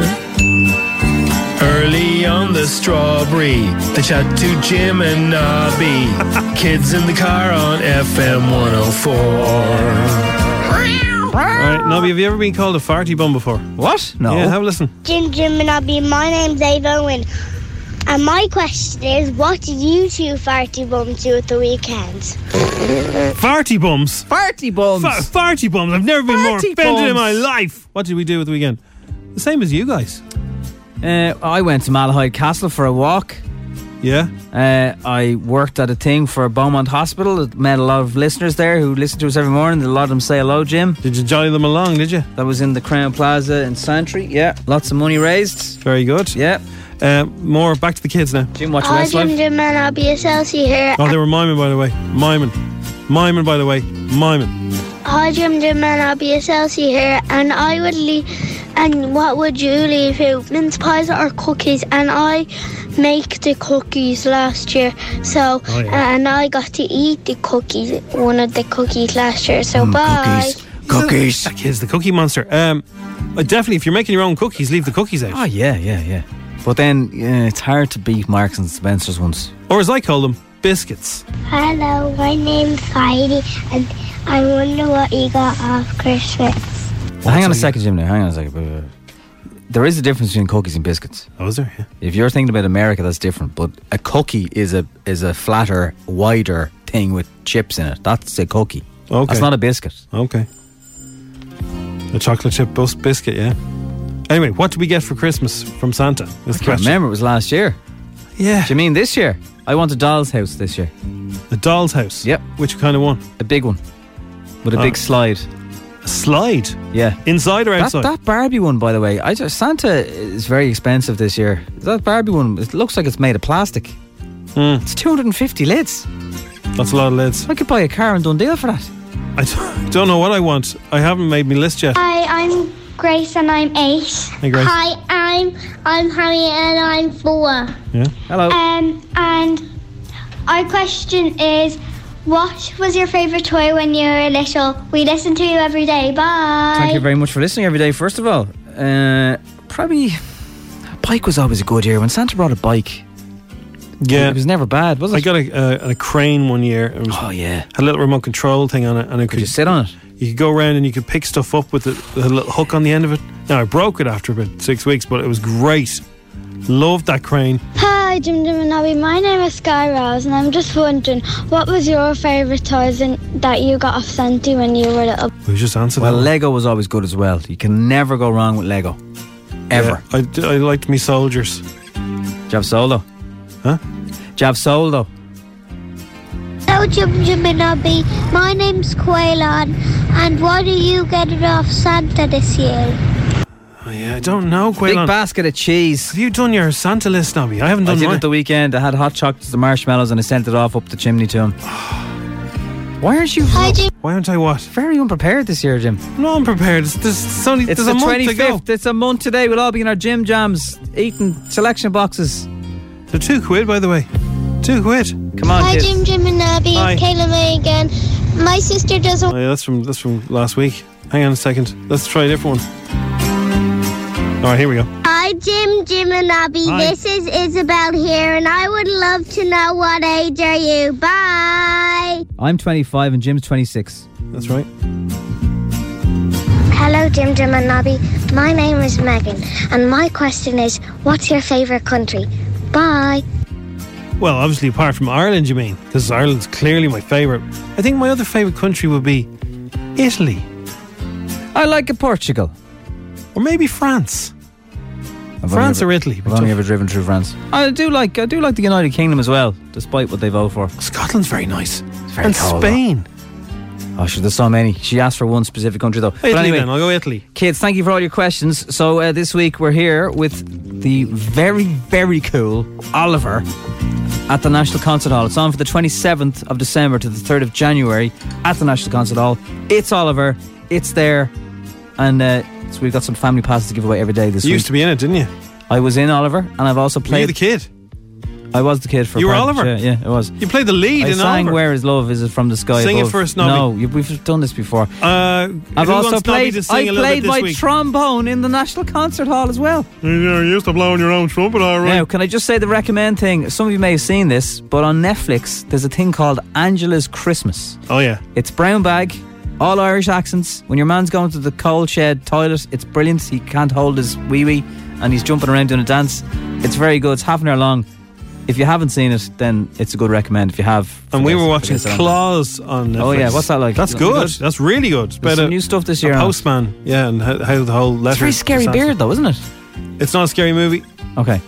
Speaker 19: Early on the strawberry, they chat to Jim and Nobby.
Speaker 5: [laughs]
Speaker 19: Kids in the car on FM 104.
Speaker 4: All right, Nobby, have you ever been called a farty bum before?
Speaker 5: What?
Speaker 19: No.
Speaker 4: Yeah, have a listen.
Speaker 25: Jim Jim and Abby, my name's Dave Owen. And my question is, what did you two farty bums do at the weekend?
Speaker 4: farty bums.
Speaker 5: Farty bums.
Speaker 4: farty bums. I've never been more
Speaker 25: Farty
Speaker 4: offended in my
Speaker 25: bums.
Speaker 4: life. What did we do with the weekend? The same as you guys.
Speaker 5: Uh, I went to Malahide Castle for a walk.
Speaker 4: Yeah.
Speaker 5: Uh, I worked at a thing for Beaumont Hospital. It Met a lot of listeners there who listen to us every morning. A lot of them say hello, Jim.
Speaker 4: Did you jolly them along, did you?
Speaker 5: That was in the Crown Plaza in Santry. Yeah. Lots of money raised.
Speaker 4: Very good.
Speaker 5: Yeah.
Speaker 4: Uh, more back to the kids now.
Speaker 5: Jim, watch
Speaker 25: I
Speaker 5: Westlife.
Speaker 25: Jim Jim and I'll be a Celsius here.
Speaker 4: Oh, they were miming, by the way. Miming. Miming, by the way. Miming.
Speaker 25: Hi, Jim Jim and I'll be a Celsius here. And I would leave. And what would you leave here? Mince pies or cookies? And I make the cookies last year. So,
Speaker 1: Oh, yeah.
Speaker 25: and I got to eat the cookies, one of the cookies last year.
Speaker 1: Hmm.
Speaker 25: So, bye.
Speaker 4: Cookies. That kid's the cookie monster. Um, uh, definitely, if you're making your own cookies, leave the cookies out.
Speaker 5: Oh, yeah, yeah, yeah. But then uh, it's hard to beat Marks and Spencer's ones.
Speaker 4: Or as I call them, biscuits.
Speaker 25: Hello, my name's Heidi, and I wonder what you got off Christmas.
Speaker 5: Well, hang on a second, Jim. Now, hang on a second. There is a difference between cookies and biscuits.
Speaker 4: Oh, is there?
Speaker 5: If you're thinking about America, that's different. But a cookie is a is a flatter, wider thing with chips in it. That's a cookie.
Speaker 4: Okay.
Speaker 5: That's not a biscuit.
Speaker 4: Okay. A chocolate chip bus biscuit, yeah. Anyway, what did we get for Christmas from Santa? Is
Speaker 5: I can't remember. It was last year.
Speaker 4: Yeah.
Speaker 5: Do you mean this year? I want a doll's house this year.
Speaker 4: A doll's house?
Speaker 5: Yep.
Speaker 4: Which kind of one?
Speaker 5: A big one. With a
Speaker 4: Oh.
Speaker 5: big slide.
Speaker 4: A slide?
Speaker 5: Yeah.
Speaker 4: Inside or outside?
Speaker 5: That, that Barbie one, by the way, I just, Santa is very expensive this year. That Barbie one, it looks like it's made of plastic.
Speaker 4: Hmm.
Speaker 5: It's 250 lids.
Speaker 4: That's a lot of lids.
Speaker 5: I could buy a car in Dundee for that.
Speaker 4: I don't- [laughs] don't know what I want. I haven't made my list yet.
Speaker 25: Hi, I'm Grace and I'm eight.
Speaker 4: Hey, Grace.
Speaker 25: Hi, I'm I'm Harry and I'm four.
Speaker 4: Yeah.
Speaker 5: Hello.
Speaker 25: Um, and our question is, what was your favorite toy when you were little? We listen to you every day. Bye.
Speaker 5: Thank you very much for listening every day, first of all. Uh, probably, bike was always a good year. When Santa brought a bike,
Speaker 4: Yeah.
Speaker 5: it was never bad, was it?
Speaker 4: I got a, a, a crane one year. It was,
Speaker 5: oh, yeah.
Speaker 4: Had a little remote control thing on it. and it Could,
Speaker 5: you sit on it?
Speaker 4: You could go around and you could pick stuff up with a, a little hook on the end of it. Now, I broke it after about six weeks, but it was great. Loved that crane.
Speaker 25: Hi, Jim Jim and Abby. My name is Sky Rose, and I'm just wondering, what was your favorite toys in, that you got off Santa when you were little?
Speaker 4: We just answered
Speaker 5: Well,
Speaker 4: that. one.
Speaker 5: Lego was always good as well. You can never go wrong with Lego. Ever.
Speaker 4: Yeah, I d- I, liked me soldiers.
Speaker 5: Jab Solo.
Speaker 4: Huh?
Speaker 5: Jab Solo.
Speaker 25: Hello, Jim Jim and Abby. My name's Quaylon, and what do you get it off Santa this year?
Speaker 4: Oh, yeah, I don't know, Quaylon.
Speaker 5: Big basket of cheese.
Speaker 4: Have you done your Santa list, Nobby? I haven't
Speaker 5: I
Speaker 4: done
Speaker 5: did
Speaker 4: mine.
Speaker 5: it the weekend. I had hot chocolates, the marshmallows, and I sent it off up the chimney to him. [sighs] Why aren't you?
Speaker 4: Why aren't I what?
Speaker 5: Very unprepared this year, Jim.
Speaker 4: No, I'm prepared. It's, there's, it's only,
Speaker 5: It's
Speaker 4: there's
Speaker 5: the
Speaker 4: a month
Speaker 5: twenty
Speaker 4: to go.
Speaker 5: fifth. It's a month today. We'll all be in our gym jams, eating selection boxes.
Speaker 4: They're two quid, by the way. Two quid.
Speaker 5: Come on,
Speaker 25: Hi,
Speaker 5: kids.
Speaker 25: Jim Jim and Abby.
Speaker 4: Hi.
Speaker 25: It's Kayla May again. My sister doesn't.
Speaker 4: Oh, yeah, that's from that's from last week. Hang on a second. Let's try a different one. All right, here we go.
Speaker 25: Hi, Jim Jim and Abby.
Speaker 4: Hi.
Speaker 25: This is Isabel here, and I would love to know what age are you? Bye.
Speaker 5: I'm 25 and Jim's 26.
Speaker 4: That's right.
Speaker 25: Hello, Jim Jim and Abby. My name is Megan, and my question is, what's your favorite country? Bye.
Speaker 4: Well, obviously, apart from Ireland, you mean? Because Ireland's clearly my favourite. I think my other favourite country would be Italy
Speaker 5: I like a Portugal.
Speaker 4: or maybe France.
Speaker 5: only
Speaker 4: France
Speaker 5: ever-
Speaker 4: or Italy?
Speaker 5: I've only ever driven through France. I do like I do like the United Kingdom as well, despite what they vote for.
Speaker 4: Scotland's very nice.
Speaker 5: It's very
Speaker 4: and
Speaker 5: cold, though.
Speaker 4: Spain.
Speaker 5: Oh, sure, there's so many. She asked for one specific country though.
Speaker 4: Italy then. I'll go Italy.
Speaker 5: Kids, thank you for all your questions. So uh, this week we're here with the very, very cool Oliver at the National Concert Hall. It's on for the 27th of December to the 3rd of January at the National Concert Hall. It's Oliver. It's there, and uh, so we've got some family passes to give away every day this
Speaker 4: You
Speaker 5: week.
Speaker 4: used to be in it, didn't you?
Speaker 5: I was in Oliver, and I've also
Speaker 4: Were you
Speaker 5: played.
Speaker 4: the kid?
Speaker 5: I was the kid for.
Speaker 4: You were
Speaker 5: part of it,
Speaker 4: Oliver?
Speaker 5: Yeah, yeah, I was.
Speaker 4: You played the lead
Speaker 5: I
Speaker 4: in
Speaker 5: sang
Speaker 4: Oliver.
Speaker 5: "Where Is Love?" Is it from the sky?
Speaker 4: Sing it
Speaker 5: above.
Speaker 4: for us, Nobby.
Speaker 5: No, you- we've done this before.
Speaker 4: Uh,
Speaker 5: I've
Speaker 4: who
Speaker 5: also
Speaker 4: wants Nobby
Speaker 5: played.
Speaker 4: to sing
Speaker 5: I
Speaker 4: a little bit
Speaker 5: played
Speaker 4: this
Speaker 5: my
Speaker 4: week?
Speaker 5: trombone in the National Concert Hall as well.
Speaker 4: You're used to blowing your own trumpet, all
Speaker 5: Now, can I just say the recommend thing? Some of you may have seen this, but on Netflix, there's a thing called Angela's Christmas.
Speaker 4: Oh yeah.
Speaker 5: It's brown bag, all Irish accents. When your man's going to the cold shed toilet, it's brilliant. He can't hold his wee wee, and he's jumping around doing a dance. It's very good. It's half an hour long. If you haven't seen it, then it's a good recommend. If you have,
Speaker 4: And we
Speaker 5: forget-
Speaker 4: were watching
Speaker 5: forget it.
Speaker 4: Claws on Netflix.
Speaker 5: Oh, yeah, what's that like?
Speaker 4: That's
Speaker 5: Is that
Speaker 4: good.
Speaker 5: good?
Speaker 4: That's really good. It's
Speaker 5: There's
Speaker 4: better-
Speaker 5: some new stuff this year
Speaker 4: a
Speaker 5: on it.
Speaker 4: Postman, yeah, and how, how the whole letter.
Speaker 5: It's very scary
Speaker 4: disaster.
Speaker 5: beard, though, isn't it?
Speaker 4: It's not a scary movie.
Speaker 5: Okay.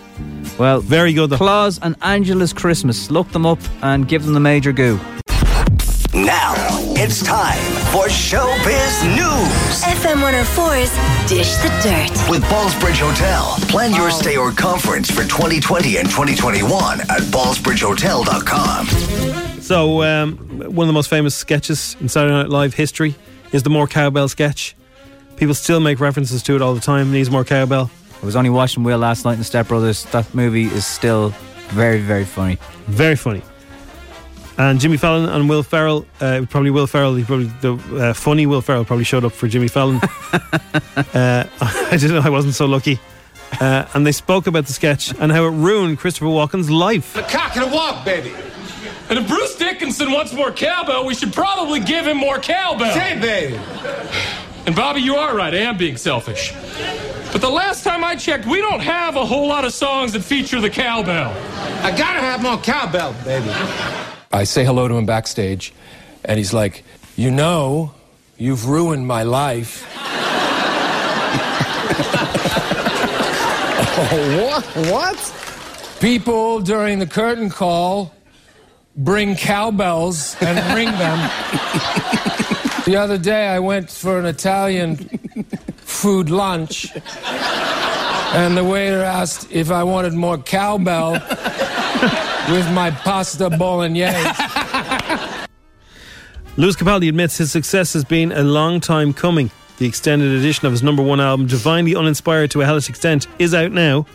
Speaker 5: Well,
Speaker 4: very good.
Speaker 5: Claus and Angela's Christmas. Look them up and give them the major goo.
Speaker 2: Now it's time for Showbiz News.
Speaker 1: FM 104's Dish the Dirt.
Speaker 2: With Ballsbridge Hotel, plan your stay or conference for 2020 and 2021 at ballsbridgehotel.com.
Speaker 4: So, um, one of the most famous sketches in Saturday Night Live history is the More Cowbell sketch. People still make references to it all the time. Needs more cowbell.
Speaker 5: I was only watching Will last night in Step Brothers. That movie is still very, very funny.
Speaker 4: Very funny. And Jimmy Fallon and Will Ferrell, uh, probably Will Ferrell, he probably the uh, funny Will Ferrell probably showed up for Jimmy Fallon. uh, [laughs] I didn't know I wasn't so lucky. Uh, and they spoke about the sketch and how it ruined Christopher Walken's life.
Speaker 24: A cock and a walk, baby. And if Bruce Dickinson wants more cowbell, we should probably give him more cowbell.
Speaker 3: Say, baby.
Speaker 24: And Bobby, you are right. I am being selfish. But the last time I checked, we don't have a whole lot of songs that feature the cowbell.
Speaker 3: I gotta have more cowbell, baby.
Speaker 24: I say hello to him backstage, and he's like, You know, you've ruined my life. [laughs] what? What? People during the curtain call bring cowbells and ring them. the other day, I went for an Italian food lunch, and the waiter asked if I wanted more cowbell with my pasta bolognese.
Speaker 4: Lewis Capaldi admits his success has been a long time coming. The extended edition of his number one album, Divinely Uninspired to a Hellish Extent, is out now.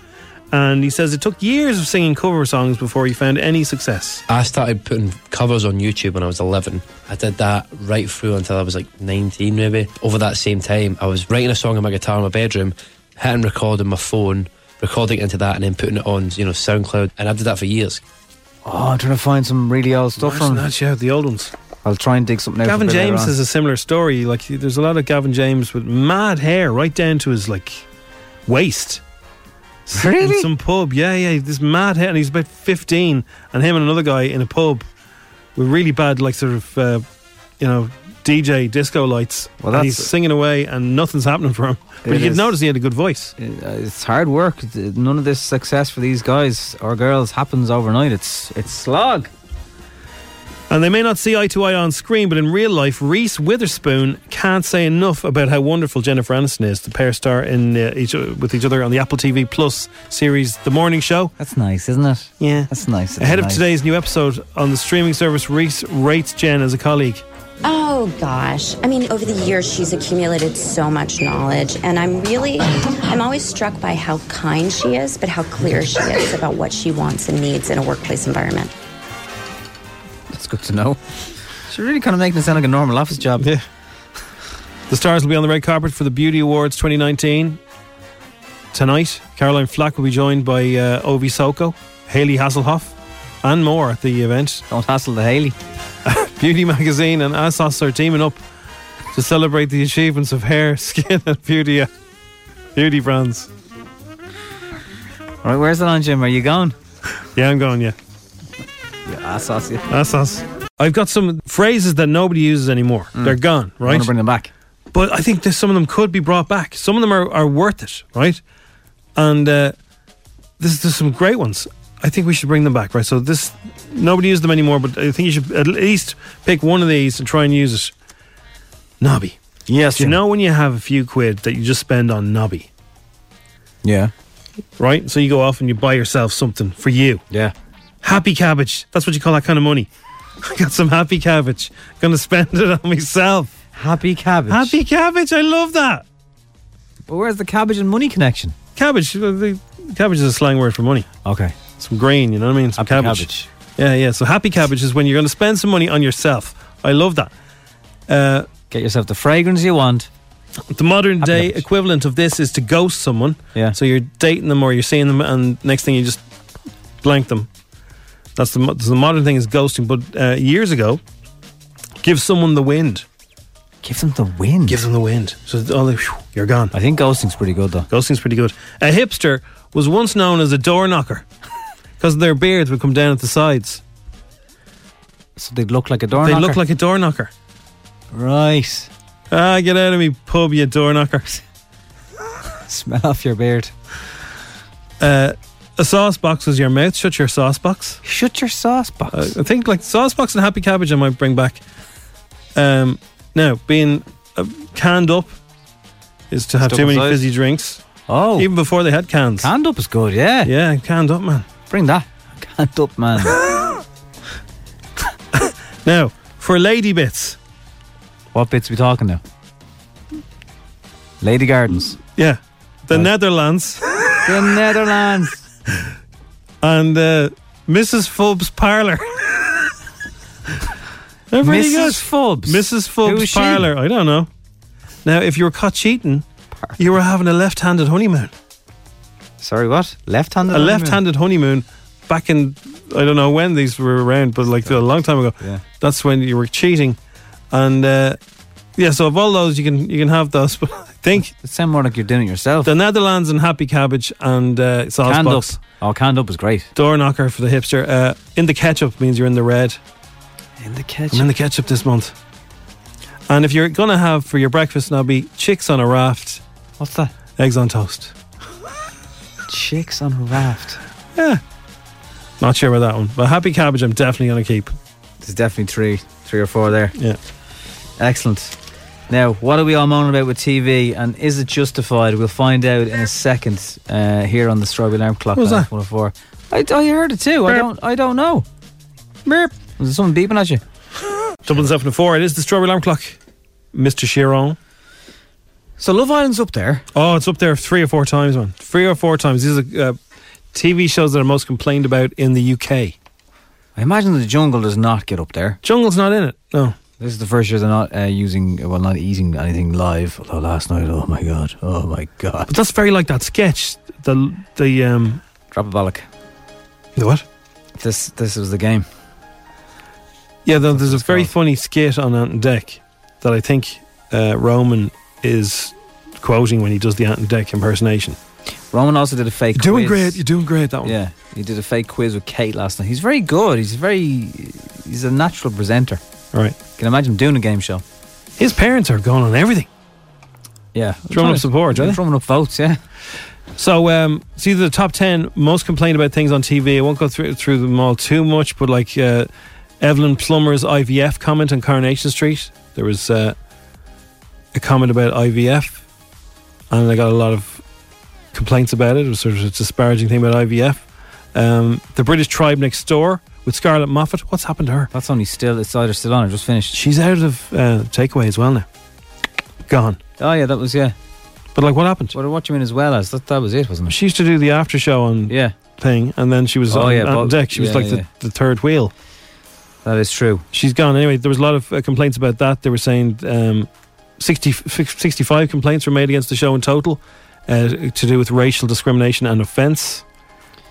Speaker 4: And he says it took years of singing cover songs before he found any success.
Speaker 8: I started putting covers on YouTube when I was 11. I did that right through until I was like 19, maybe. Over that same time, I was writing a song on my guitar in my bedroom, hitting record on my phone, recording into that, and then putting it on, you know, SoundCloud. And I did that for years.
Speaker 5: Oh, I'm trying to find some really old stuff from
Speaker 4: that show, the old ones.
Speaker 5: I'll try and dig something out.
Speaker 4: Gavin
Speaker 5: for a bit later
Speaker 4: James
Speaker 5: on.
Speaker 4: has a similar story. Like, there's a lot of Gavin James with mad hair right down to his like waist. S-
Speaker 5: Really?
Speaker 4: In some pub, yeah, yeah. This mad hair, and he's about 15, and him and another guy in a pub with really bad, like, sort of, uh, you know, DJ disco lights.
Speaker 5: Well,
Speaker 4: and
Speaker 5: that's-
Speaker 4: he's singing away, and nothing's happening for him. But
Speaker 5: It
Speaker 4: you could
Speaker 5: is.
Speaker 4: notice he had a good voice.
Speaker 5: Uh, it's hard work. None of this success for these guys or girls happens overnight. It's it's slog.
Speaker 4: And they may not see eye to eye on screen, but in real life, Reese Witherspoon can't say enough about how wonderful Jennifer Aniston is. The pair star in uh, each with each other on the Apple TV Plus series The Morning Show.
Speaker 5: That's nice, isn't it?
Speaker 4: Yeah,
Speaker 5: that's nice.
Speaker 4: Ahead of
Speaker 5: nice.
Speaker 4: today's new episode on the streaming service, Reese rates Jen as a colleague.
Speaker 9: Oh gosh. I mean, over the years she's accumulated so much knowledge and I'm really I'm always struck by how kind she is, but how clear she is about what she wants and needs in a workplace environment.
Speaker 5: That's good to know. She's really kind of making it sound like a normal office job.
Speaker 4: Yeah. The stars will be on the red carpet for the Beauty Awards 2019 tonight. Caroline Flack will be joined by uh, Ovi Soko, Haley Hasselhoff, and more at the event.
Speaker 5: Don't hassle the Haley.
Speaker 4: [laughs] Beauty Magazine and ASOS are teaming up to celebrate the achievements of hair, [laughs] skin, and beauty uh, beauty brands.
Speaker 5: All right, where's it on, Jim? Are you going?
Speaker 4: Yeah, I'm going. Yeah.
Speaker 5: Yeah, ASOS. Yeah.
Speaker 4: ASOS. I've got some phrases that nobody uses anymore. They're gone,
Speaker 5: You
Speaker 4: right?
Speaker 5: Mm. wanna bring them back.
Speaker 4: But I think there's some of them could be brought back. Some of them are, are worth it, right? And uh, this, there's some great ones. I think we should bring them back, right? So this nobody uses them anymore, but I think you should at least pick one of these and try and use it. Nobby. Yes. You know when you have a few quid that you just spend on nobby,
Speaker 5: Yeah.
Speaker 4: right? So you go off and you buy yourself something for you.
Speaker 5: Yeah.
Speaker 4: Happy cabbage. That's what you call that kind of money. [laughs] I got some happy cabbage. Gonna spend it on myself.
Speaker 5: Happy cabbage.
Speaker 4: Happy cabbage. I love that.
Speaker 5: But where's the cabbage and money connection?
Speaker 4: Cabbage. uh, the- Cabbage is a slang word for money.
Speaker 5: Okay.
Speaker 4: Some grain, you know what I mean? Some
Speaker 5: Happy
Speaker 4: cabbage.
Speaker 5: cabbage.
Speaker 4: Yeah, yeah. So happy cabbage is when you're going to spend some money on yourself. I love that. Uh,
Speaker 5: Get yourself the fragrance you want.
Speaker 4: The modern day equivalent of this is to ghost someone. Yeah. So you're dating them or you're seeing them, and next thing you just blank them. That's the, mo- the modern thing is ghosting. But uh, years ago, give someone the wind.
Speaker 5: Give them the wind.
Speaker 4: Give them the wind. So all they, whew, you're gone.
Speaker 5: I think ghosting's pretty good though.
Speaker 4: Ghosting's pretty good. A hipster was once known as a door knocker because their beards would come down at the sides.
Speaker 5: So they look like a door
Speaker 4: they
Speaker 5: knocker.
Speaker 4: look like a door knocker.
Speaker 5: Right.
Speaker 4: Ah, get out of me,
Speaker 5: [laughs]
Speaker 4: pub, you door knocker.
Speaker 5: Smell off your beard.
Speaker 4: Uh, A sauce box is your mouth. Shut your sauce box.
Speaker 5: Shut your sauce box.
Speaker 4: I think like sauce box and happy cabbage I might bring back. Um, now being uh, canned up is to have
Speaker 5: Stuff
Speaker 4: too many
Speaker 5: inside.
Speaker 4: fizzy drinks.
Speaker 5: Oh,
Speaker 4: even before they had cans.
Speaker 5: Canned up is good. Yeah,
Speaker 4: yeah, canned up man.
Speaker 5: Bring that [laughs] canned up man.
Speaker 4: [laughs] now for lady bits.
Speaker 5: What bits are we talking now? Lady Gardens.
Speaker 4: Yeah, the Netherlands. [laughs]
Speaker 5: The Netherlands.
Speaker 4: And uh, Mrs. Fubbs
Speaker 5: [laughs]
Speaker 4: Parlour. Everything
Speaker 5: Mrs.
Speaker 4: else.
Speaker 5: Fubbs?
Speaker 4: Mrs.
Speaker 5: Who
Speaker 4: Fubbs
Speaker 5: is she?
Speaker 4: Parlour. I don't know. Now, if you were caught cheating, you were having a left-handed honeymoon.
Speaker 5: Sorry, what? Left-handed.
Speaker 4: A
Speaker 5: honeymoon?
Speaker 4: left-handed honeymoon back in I don't know when these were around, but like a long time ago.
Speaker 5: Yeah.
Speaker 4: That's when you were cheating, and uh, yeah. So of all those, you can you can have those. [laughs] But I think
Speaker 5: it sounds more like you're doing it yourself.
Speaker 4: The Netherlands and Happy Cabbage and uh, sauce
Speaker 5: Canned
Speaker 4: box.
Speaker 5: up. Oh, canned up is great.
Speaker 4: Door knocker for the hipster. Uh, in the ketchup means you're in the red.
Speaker 5: In the ketchup.
Speaker 4: I'm in the ketchup this month. And if you're gonna have for your breakfast now, be chicks on a raft.
Speaker 5: What's that?
Speaker 4: Eggs on toast.
Speaker 5: Chicks on a raft.
Speaker 4: Yeah. Not sure about that one, but happy cabbage. I'm definitely gonna keep.
Speaker 5: There's definitely three, three or four there.
Speaker 4: Yeah.
Speaker 5: Excellent. Now, what are we all moaning about with TV, and is it justified? We'll find out in a second uh, here on the Strawberry Alarm Clock.
Speaker 4: What was
Speaker 5: on
Speaker 4: that?
Speaker 5: 104. I, I heard it too. I don't. I don't know. Merp. Was there someone beeping at you?
Speaker 4: Dublin seven to four. It is the strawberry alarm clock. Mr. Chiron.
Speaker 5: So Love Island's up there.
Speaker 4: Oh, it's up there three or four times, man. Three or four times. These are uh, TV shows that are most complained about in the UK.
Speaker 5: I imagine the jungle does not get up there.
Speaker 4: Jungle's not in it. No.
Speaker 5: This is the first year they're not uh, using, well, not eating anything live. Although last night, oh my god, oh my god.
Speaker 4: But that's very like that sketch. The the um.
Speaker 5: Dropabolic.
Speaker 4: The what?
Speaker 5: This this was the game.
Speaker 4: Yeah, there, there's a very funny skit on Ant and Deck that I think uh, Roman is quoting when he does the Ant and Deck impersonation.
Speaker 5: Roman also did a fake.
Speaker 4: Doing
Speaker 5: quiz.
Speaker 4: great, you're doing great. That one.
Speaker 5: Yeah, he did a fake quiz with Kate last night. He's very good. He's very, he's a natural presenter.
Speaker 4: Right.
Speaker 5: Can imagine him doing a game show.
Speaker 4: His parents are going on everything.
Speaker 5: Yeah,
Speaker 4: Drumming up support, right?
Speaker 5: Drumming up votes, yeah.
Speaker 4: So, um, see the top ten most complained about things on TV. I won't go through through them all too much, but like uh, Evelyn Plummer's IVF comment on Coronation Street, there was uh, a comment about IVF, and I got a lot of complaints about it. It was sort of a disparaging thing about IVF. Um, the British Tribe Next Door with Scarlett Moffat. What's happened to her?
Speaker 5: That's only still. It's either still on or just finished.
Speaker 4: She's out of uh, takeaway as well now. Gone.
Speaker 5: Oh yeah, that was yeah.
Speaker 4: But like, what happened?
Speaker 5: What, what do you mean as well as that? That was it, wasn't it?
Speaker 4: She used to do the after show on
Speaker 5: Yeah.
Speaker 4: thing, and then she was
Speaker 5: Oh,
Speaker 4: on,
Speaker 5: yeah,
Speaker 4: on
Speaker 5: but-
Speaker 4: deck. She was
Speaker 5: yeah,
Speaker 4: like
Speaker 5: yeah.
Speaker 4: The, the third wheel.
Speaker 5: That is true.
Speaker 4: She's gone anyway. There was a lot of uh, complaints about that. They were saying um, 60, fif- 65 complaints were made against the show in total uh, to do with racial discrimination and offence.